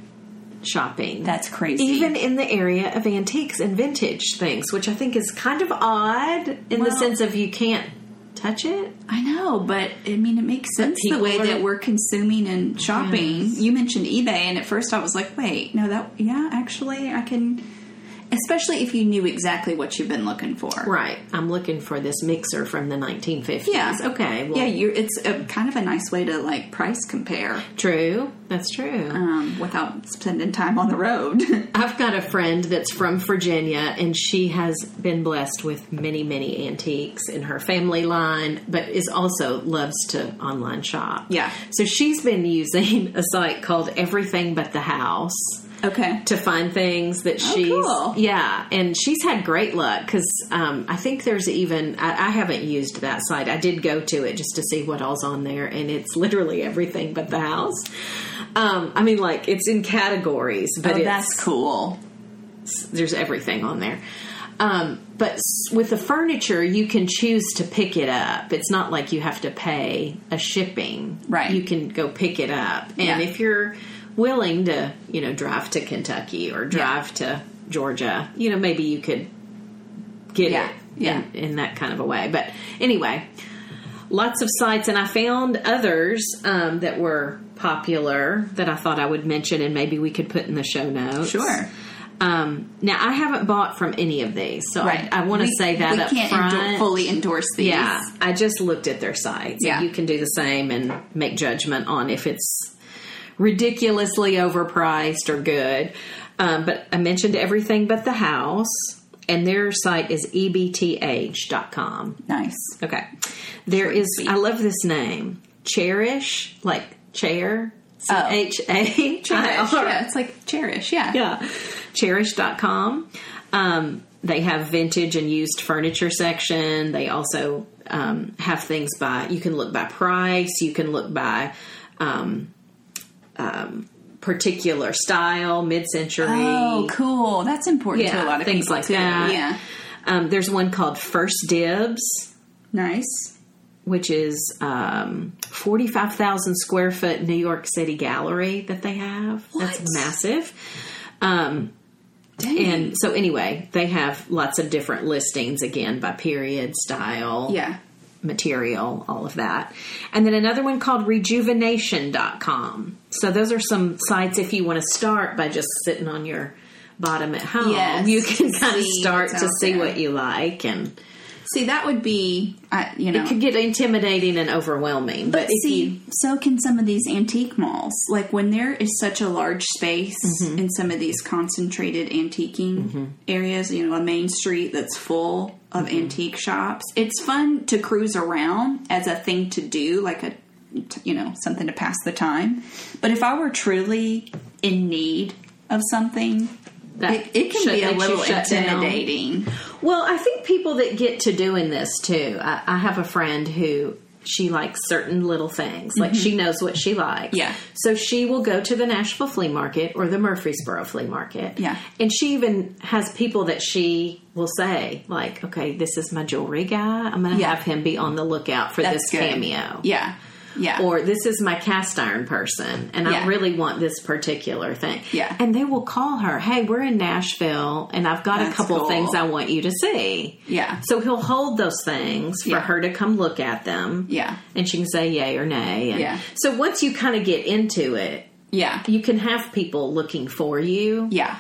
[SPEAKER 3] shopping.
[SPEAKER 2] That's crazy.
[SPEAKER 3] even in the area of antiques and vintage things, which I think is kind of odd in the
[SPEAKER 2] Well-
[SPEAKER 3] sense of you can't touch it.
[SPEAKER 2] I know, but I mean, it makes sense the
[SPEAKER 3] people
[SPEAKER 2] way
[SPEAKER 3] are-
[SPEAKER 2] that we're consuming and shopping. You mentioned eBay, and at first I was like, wait, no, that, yeah, actually, I can, especially if you knew exactly what you've been looking for.
[SPEAKER 3] Right. I'm looking for this mixer from the 1950s.
[SPEAKER 2] Yeah.
[SPEAKER 3] Okay. Well,
[SPEAKER 2] Yeah, you're, it's a, kind of a nice way to like price compare
[SPEAKER 3] true. That's true.
[SPEAKER 2] um, without spending time on the road.
[SPEAKER 3] I've got a friend that's from Virginia, and she has been blessed with many, many antiques in her family line, but is also loves to online shop.
[SPEAKER 2] Yeah.
[SPEAKER 3] So she's been using a site called Everything But the House
[SPEAKER 2] okay.
[SPEAKER 3] to find things that she's
[SPEAKER 2] Oh, cool.
[SPEAKER 3] yeah, and she's had great luck because um, I think there's even I, I haven't used that site. I did go to it just to see what all's on there, and it's literally everything but the house. Um, I mean, like it's in categories, but
[SPEAKER 2] Oh,
[SPEAKER 3] it's,
[SPEAKER 2] that's cool.
[SPEAKER 3] there's everything on there. Um, but s- with the furniture, you can choose to pick it up. It's not like you have to pay a shipping.
[SPEAKER 2] Right.
[SPEAKER 3] You can go pick it up, and
[SPEAKER 2] Yeah.
[SPEAKER 3] if you're willing to, you know, drive to Kentucky or drive to Georgia. You know, maybe you could get
[SPEAKER 2] Yeah,
[SPEAKER 3] it
[SPEAKER 2] yeah.
[SPEAKER 3] In, in that kind of a way. But anyway, lots of sites, and I found others um, that were popular that I thought I would mention, and maybe we could put in the show notes.
[SPEAKER 2] Sure.
[SPEAKER 3] Um, now I haven't bought from any of these, so
[SPEAKER 2] Right.
[SPEAKER 3] I, I want to
[SPEAKER 2] We-
[SPEAKER 3] say that
[SPEAKER 2] we
[SPEAKER 3] up
[SPEAKER 2] can't
[SPEAKER 3] front.
[SPEAKER 2] endor- fully endorse these.
[SPEAKER 3] Yeah, I just looked at their sites.
[SPEAKER 2] Yeah.
[SPEAKER 3] and you can do the same and make judgment on if it's ridiculously overpriced or good. Um, but I mentioned everything but the house, and their site is E ebth.com.
[SPEAKER 2] Nice.
[SPEAKER 3] Okay, there is. I love this name, Cherish, like chair, C H A
[SPEAKER 2] Oh, Cherish.
[SPEAKER 3] I R
[SPEAKER 2] Yeah, it's like cherish. Yeah.
[SPEAKER 3] yeah. Cherish.com. Um, they have vintage and used furniture section. They also um, have things by, you can look by price, you can look by um, um, particular style, mid century.
[SPEAKER 2] Oh, cool. That's important to
[SPEAKER 3] Yeah,
[SPEAKER 2] a lot of
[SPEAKER 3] things
[SPEAKER 2] people
[SPEAKER 3] like
[SPEAKER 2] too.
[SPEAKER 3] that.
[SPEAKER 2] Yeah.
[SPEAKER 3] Um, there's one called First Dibs.
[SPEAKER 2] Nice.
[SPEAKER 3] Which is um, forty five thousand square foot New York City gallery that they have. That's massive. Um,
[SPEAKER 2] Dang.
[SPEAKER 3] And so, anyway, they have lots of different listings again by period, style,
[SPEAKER 2] yeah.
[SPEAKER 3] material, all of that. And then another one called rejuvenation.com. So, those are some sites if you want to start by just sitting on your bottom at home.
[SPEAKER 2] Yes,
[SPEAKER 3] you can
[SPEAKER 2] to
[SPEAKER 3] kind of
[SPEAKER 2] see
[SPEAKER 3] start
[SPEAKER 2] what's
[SPEAKER 3] to
[SPEAKER 2] out
[SPEAKER 3] see
[SPEAKER 2] there.
[SPEAKER 3] what you like. And
[SPEAKER 2] See, that would be, I you know,
[SPEAKER 3] it could get intimidating and overwhelming. But, if
[SPEAKER 2] see,
[SPEAKER 3] you.
[SPEAKER 2] so can some of these antique malls. Like when there is such a large space in some of these concentrated antiquing areas, you know, a main street that's full of antique shops. It's fun to cruise around as a thing to do, like a you know, something to pass the time. But if I were truly in need of something,
[SPEAKER 3] That
[SPEAKER 2] it, it can
[SPEAKER 3] shut-
[SPEAKER 2] be a
[SPEAKER 3] makes you
[SPEAKER 2] little
[SPEAKER 3] shut down.
[SPEAKER 2] intimidating.
[SPEAKER 3] Well, I think people that get to doing this too. I, I have a friend who she likes certain little things. Like she knows what she likes.
[SPEAKER 2] Mm-hmm. Yeah.
[SPEAKER 3] So she will go to the Nashville flea market or the Murfreesboro flea market.
[SPEAKER 2] Yeah.
[SPEAKER 3] And she even has people that she will say, like, okay, this is my jewelry guy. I'm going to
[SPEAKER 2] Yeah.
[SPEAKER 3] have him be on the lookout for
[SPEAKER 2] That's
[SPEAKER 3] this
[SPEAKER 2] good.
[SPEAKER 3] cameo.
[SPEAKER 2] Yeah. Yeah.
[SPEAKER 3] Or this is my cast iron person, and
[SPEAKER 2] Yeah.
[SPEAKER 3] I really want this particular thing.
[SPEAKER 2] Yeah.
[SPEAKER 3] And they will call her, hey, we're in Nashville, and I've got
[SPEAKER 2] That's
[SPEAKER 3] a couple
[SPEAKER 2] cool.
[SPEAKER 3] things I want you to see.
[SPEAKER 2] yeah.
[SPEAKER 3] So he'll hold those things for
[SPEAKER 2] Yeah.
[SPEAKER 3] her to come look at them.
[SPEAKER 2] Yeah.
[SPEAKER 3] And she can say yay or nay. And
[SPEAKER 2] Yeah.
[SPEAKER 3] So once you kind of get into it,
[SPEAKER 2] Yeah.
[SPEAKER 3] you can have people looking for you.
[SPEAKER 2] Yeah.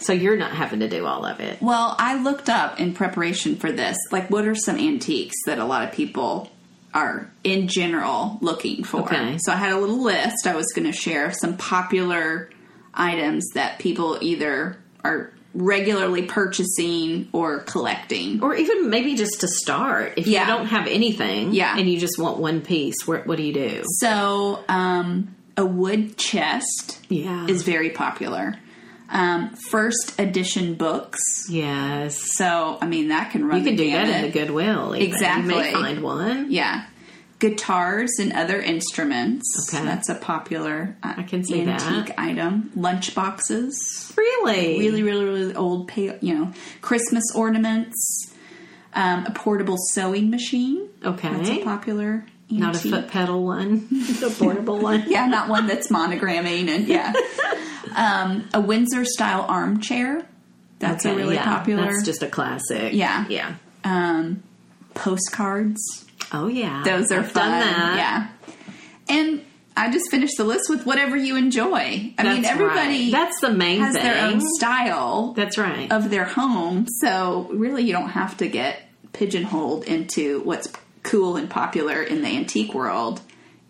[SPEAKER 3] So you're not having to do all of it.
[SPEAKER 2] Well, I looked up in preparation for this, like what are some antiques that a lot of people are in general looking for.
[SPEAKER 3] Okay.
[SPEAKER 2] So I had a little list I was going to share of some popular items that people either are regularly purchasing or collecting.
[SPEAKER 3] Or even maybe just to start, if
[SPEAKER 2] Yeah.
[SPEAKER 3] you don't have anything
[SPEAKER 2] Yeah.
[SPEAKER 3] and you just want one piece, what, what do you do?
[SPEAKER 2] So, um, a wood chest
[SPEAKER 3] Yeah.
[SPEAKER 2] is very popular. Um, first edition books.
[SPEAKER 3] yes.
[SPEAKER 2] So, I mean, that can run.
[SPEAKER 3] You can
[SPEAKER 2] the
[SPEAKER 3] do that in
[SPEAKER 2] gamut.
[SPEAKER 3] the Goodwill. even. You
[SPEAKER 2] Exactly.
[SPEAKER 3] may find one.
[SPEAKER 2] Yeah. Guitars and other instruments.
[SPEAKER 3] Okay.
[SPEAKER 2] That's a popular uh,
[SPEAKER 3] I can see that.
[SPEAKER 2] antique item. Lunch boxes.
[SPEAKER 3] Really?
[SPEAKER 2] Really, really, really old, pale, you know, Christmas ornaments. Um, a portable sewing machine. That's a
[SPEAKER 3] Okay.
[SPEAKER 2] popular antique.
[SPEAKER 3] Not a foot pedal one, a portable one.
[SPEAKER 2] Yeah, not one that's monogramming and yeah. um, a Windsor style armchair. That's a
[SPEAKER 3] Okay,
[SPEAKER 2] really
[SPEAKER 3] yeah.
[SPEAKER 2] popular.
[SPEAKER 3] That's just a classic.
[SPEAKER 2] Yeah.
[SPEAKER 3] Yeah.
[SPEAKER 2] um, postcards.
[SPEAKER 3] Oh yeah,
[SPEAKER 2] Those are
[SPEAKER 3] I've
[SPEAKER 2] fun.
[SPEAKER 3] Done that.
[SPEAKER 2] Yeah. And I just finished the list with whatever you enjoy. I mean,
[SPEAKER 3] That's
[SPEAKER 2] everybody
[SPEAKER 3] right. That's the main
[SPEAKER 2] has
[SPEAKER 3] thing.
[SPEAKER 2] their own style
[SPEAKER 3] That's right.
[SPEAKER 2] of their home, so really you don't have to get pigeonholed into what's cool and popular in the antique world.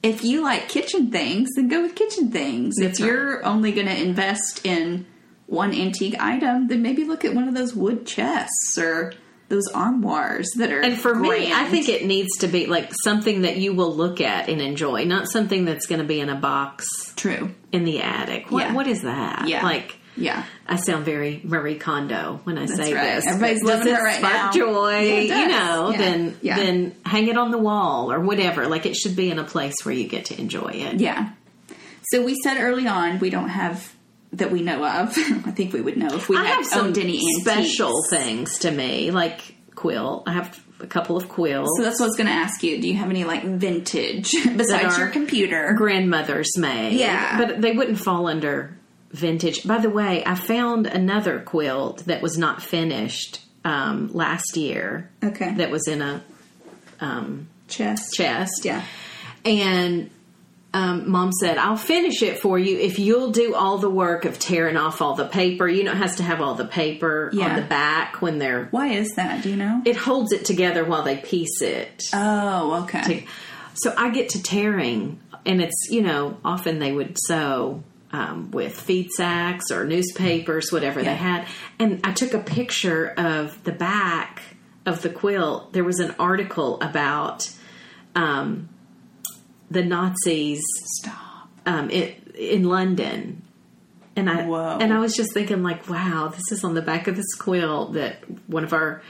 [SPEAKER 2] If you like kitchen things, then go with kitchen things.
[SPEAKER 3] That's
[SPEAKER 2] if
[SPEAKER 3] right.
[SPEAKER 2] you're only going to invest in one antique item, then maybe look at one of those wood chests or those armoires that are
[SPEAKER 3] and for me, I
[SPEAKER 2] grand.
[SPEAKER 3] think it needs to be like something that you will look at and enjoy, not something that's going to be in a box
[SPEAKER 2] true.
[SPEAKER 3] in the attic. What,
[SPEAKER 2] Yeah.
[SPEAKER 3] what is that?
[SPEAKER 2] Yeah.
[SPEAKER 3] Like,
[SPEAKER 2] Yeah.
[SPEAKER 3] I sound very Marie Kondo when I say
[SPEAKER 2] right.
[SPEAKER 3] this.
[SPEAKER 2] Everybody's
[SPEAKER 3] but does
[SPEAKER 2] loving
[SPEAKER 3] it
[SPEAKER 2] her right
[SPEAKER 3] spark
[SPEAKER 2] now.
[SPEAKER 3] joy,
[SPEAKER 2] Yeah, it
[SPEAKER 3] you
[SPEAKER 2] does.
[SPEAKER 3] know,
[SPEAKER 2] Yeah.
[SPEAKER 3] then
[SPEAKER 2] Yeah.
[SPEAKER 3] then hang it on the wall or whatever. Like it should be in a place where you get to enjoy it.
[SPEAKER 2] Yeah. So we said early on we don't have that we know of. I think we would know if we
[SPEAKER 3] I
[SPEAKER 2] had
[SPEAKER 3] have some
[SPEAKER 2] owned any antiques.
[SPEAKER 3] special things to me, like quill. I have a couple of quills.
[SPEAKER 2] So that's what I was going to ask you. Do you have any like vintage besides
[SPEAKER 3] are
[SPEAKER 2] your computer?
[SPEAKER 3] grandmother's made.
[SPEAKER 2] Yeah.
[SPEAKER 3] But they wouldn't fall under vintage. By the way, I found another quilt that was not finished um, last year.
[SPEAKER 2] Okay.
[SPEAKER 3] That was in a um,
[SPEAKER 2] Chest.
[SPEAKER 3] chest.
[SPEAKER 2] Yeah.
[SPEAKER 3] And um, mom said, I'll finish it for you if you'll do all the work of tearing off all the paper. You know, it has to have all the paper
[SPEAKER 2] Yeah.
[SPEAKER 3] on the back when they're.
[SPEAKER 2] Why is that? Do you know?
[SPEAKER 3] It holds it together while they piece it.
[SPEAKER 2] oh, okay.
[SPEAKER 3] So I get to tearing, and it's, you know, often they would sew um, with feed sacks or newspapers, whatever they had. And I took a picture of the back of the quilt. There was an article about um, the Nazis
[SPEAKER 2] Stop.
[SPEAKER 3] um, it, in London. And I
[SPEAKER 2] Whoa.
[SPEAKER 3] and I was just thinking like, wow, this is on the back of this quilt that one of our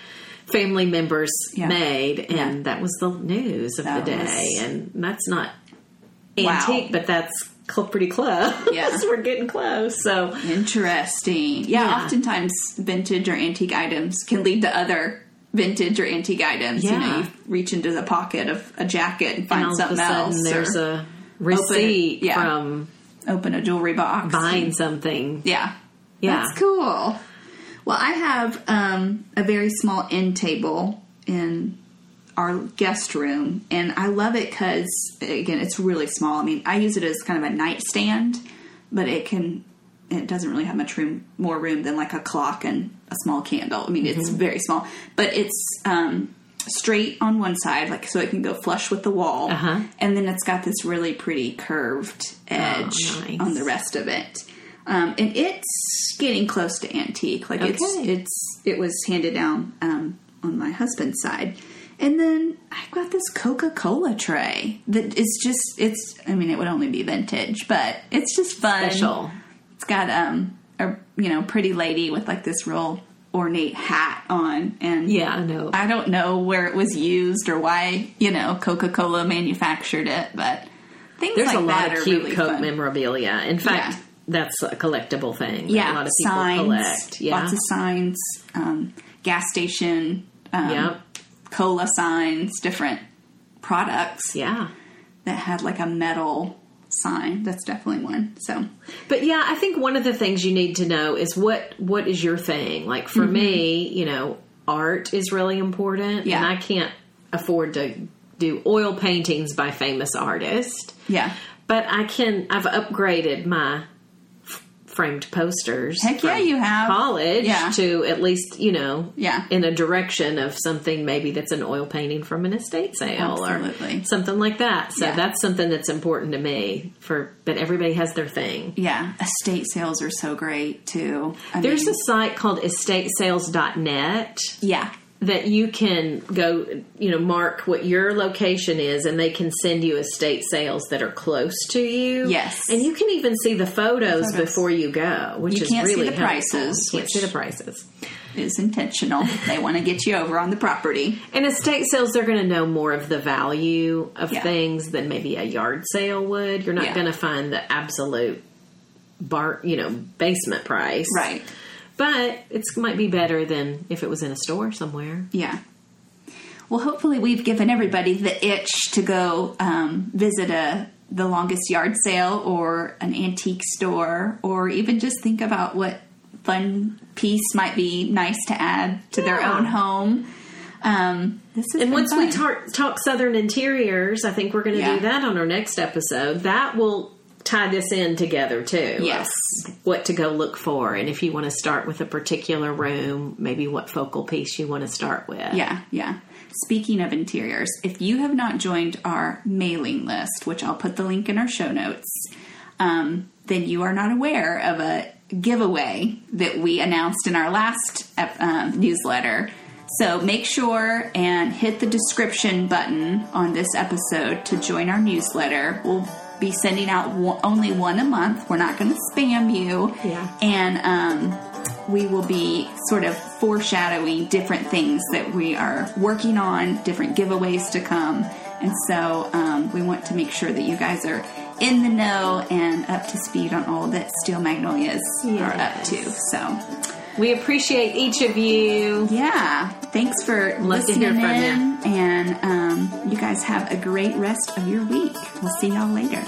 [SPEAKER 3] family members
[SPEAKER 2] Yeah.
[SPEAKER 3] made, and that was the news of
[SPEAKER 2] That
[SPEAKER 3] the day.
[SPEAKER 2] was-
[SPEAKER 3] And that's not
[SPEAKER 2] Wow.
[SPEAKER 3] antique, but that's cl- pretty close.
[SPEAKER 2] Yeah.
[SPEAKER 3] We're getting close. So
[SPEAKER 2] Interesting. Yeah,
[SPEAKER 3] Yeah.
[SPEAKER 2] Oftentimes, vintage or antique items can lead to other vintage or antique items. You know,
[SPEAKER 3] Yeah.
[SPEAKER 2] you reach into the pocket of a jacket and find
[SPEAKER 3] and all of a
[SPEAKER 2] something
[SPEAKER 3] sudden,
[SPEAKER 2] else.
[SPEAKER 3] there's
[SPEAKER 2] or
[SPEAKER 3] a receipt
[SPEAKER 2] yeah.
[SPEAKER 3] from
[SPEAKER 2] open a jewelry box.
[SPEAKER 3] buying something.
[SPEAKER 2] Yeah.
[SPEAKER 3] Yeah.
[SPEAKER 2] That's cool. Well, I have um, a very small end table in our guest room, and I love it because, again, it's really small. I mean, I use it as kind of a nightstand, but it can. It doesn't really have much room, more room than like a clock and a small candle. I mean, it's
[SPEAKER 3] Mm-hmm.
[SPEAKER 2] very small, but it's um, straight on one side, like so it can go flush with the wall,
[SPEAKER 3] Uh-huh. Oh,
[SPEAKER 2] and then it's got this really pretty curved edge
[SPEAKER 3] nice.
[SPEAKER 2] on the rest of it. Um, and it's getting close to antique. Like it's
[SPEAKER 3] Okay.
[SPEAKER 2] it's it was handed down um, on my husband's side. And then I got this Coca Cola tray that is just it's. I mean, it would only be vintage, but it's just fun.
[SPEAKER 3] Special.
[SPEAKER 2] It's got um a you know pretty lady with like this real ornate hat on, and
[SPEAKER 3] Yeah, I know.
[SPEAKER 2] I don't know where it was used or why you know Coca Cola manufactured it, but things
[SPEAKER 3] There's
[SPEAKER 2] like
[SPEAKER 3] a lot
[SPEAKER 2] that
[SPEAKER 3] of
[SPEAKER 2] are
[SPEAKER 3] cute
[SPEAKER 2] really
[SPEAKER 3] Coke
[SPEAKER 2] fun.
[SPEAKER 3] memorabilia. In fact,
[SPEAKER 2] Yeah.
[SPEAKER 3] that's a collectible thing. that
[SPEAKER 2] yeah,
[SPEAKER 3] a lot of people
[SPEAKER 2] signs,
[SPEAKER 3] collect. Yeah,
[SPEAKER 2] lots of signs, um, gas station, um,
[SPEAKER 3] Yep.
[SPEAKER 2] cola signs, different products
[SPEAKER 3] yeah.
[SPEAKER 2] that had like a metal sign. That's definitely one. So
[SPEAKER 3] But yeah, I think one of the things you need to know is what what is your thing. Like for me, you know, art is really important,
[SPEAKER 2] Mm-hmm. Yeah.
[SPEAKER 3] and I can't afford to do oil paintings by famous artists.
[SPEAKER 2] yeah,
[SPEAKER 3] But I can. I've upgraded my f- framed posters.
[SPEAKER 2] Heck yeah,
[SPEAKER 3] from
[SPEAKER 2] you have.
[SPEAKER 3] college
[SPEAKER 2] Yeah.
[SPEAKER 3] to at least you know
[SPEAKER 2] Yeah.
[SPEAKER 3] in a direction of something maybe that's an oil painting from an estate sale
[SPEAKER 2] Absolutely.
[SPEAKER 3] or something like that. So
[SPEAKER 2] Yeah.
[SPEAKER 3] that's something that's important to me. For but everybody has their thing.
[SPEAKER 2] yeah. Estate sales are so great too. I
[SPEAKER 3] There's
[SPEAKER 2] mean,
[SPEAKER 3] a site called estatesales.net
[SPEAKER 2] yeah,
[SPEAKER 3] that you can go, you know, mark what your location is and they can send you estate sales that are close to you.
[SPEAKER 2] Yes.
[SPEAKER 3] And you can even see the photos,
[SPEAKER 2] Photos.
[SPEAKER 3] before you go, which
[SPEAKER 2] You
[SPEAKER 3] is
[SPEAKER 2] can't see
[SPEAKER 3] really
[SPEAKER 2] the
[SPEAKER 3] helpful.
[SPEAKER 2] prices,
[SPEAKER 3] You can't see
[SPEAKER 2] which-
[SPEAKER 3] the prices.
[SPEAKER 2] it's intentional. they want to get you over on the property.
[SPEAKER 3] And estate sales, they're going to know more of the value of
[SPEAKER 2] Yeah.
[SPEAKER 3] things than maybe a yard sale would. You're not
[SPEAKER 2] Yeah.
[SPEAKER 3] going to find the absolute bar, you know, basement price.
[SPEAKER 2] Right.
[SPEAKER 3] But it might be better than if it was in a store somewhere.
[SPEAKER 2] Yeah. Well, hopefully, we've given everybody the itch to go um, visit a the longest yard sale or an antique store, or even just think about what fun piece might be nice to add to their
[SPEAKER 3] Yeah.
[SPEAKER 2] own home. Um, this is
[SPEAKER 3] And once we tar- talk Southern interiors, I think we're going to
[SPEAKER 2] Yeah.
[SPEAKER 3] do that on our next episode. That will tie this in together too. of
[SPEAKER 2] Yes.
[SPEAKER 3] What to go look for. And if you want to start with a particular room, maybe what focal piece you want to start with.
[SPEAKER 2] Yeah, yeah. Speaking of interiors, if you have not joined our mailing list, which I'll put the link in our show notes, um, then you are not aware of a giveaway that we announced in our last ep- um, newsletter. So make sure and hit the description button on this episode to join our newsletter. We'll be sending out one, only one a month. We're not going to spam you.
[SPEAKER 3] Yeah.
[SPEAKER 2] And um, we will be sort of foreshadowing different things that we are working on, different giveaways to come. And so um, we want to make sure that you guys are in the know and up to speed on all that Steel Magnolias are up
[SPEAKER 3] Yes.
[SPEAKER 2] to. So
[SPEAKER 3] We appreciate each of you.
[SPEAKER 2] yeah. Thanks for
[SPEAKER 3] Love to
[SPEAKER 2] listening
[SPEAKER 3] hear from
[SPEAKER 2] in. And um, you guys have a great rest of your week. We'll see y'all later.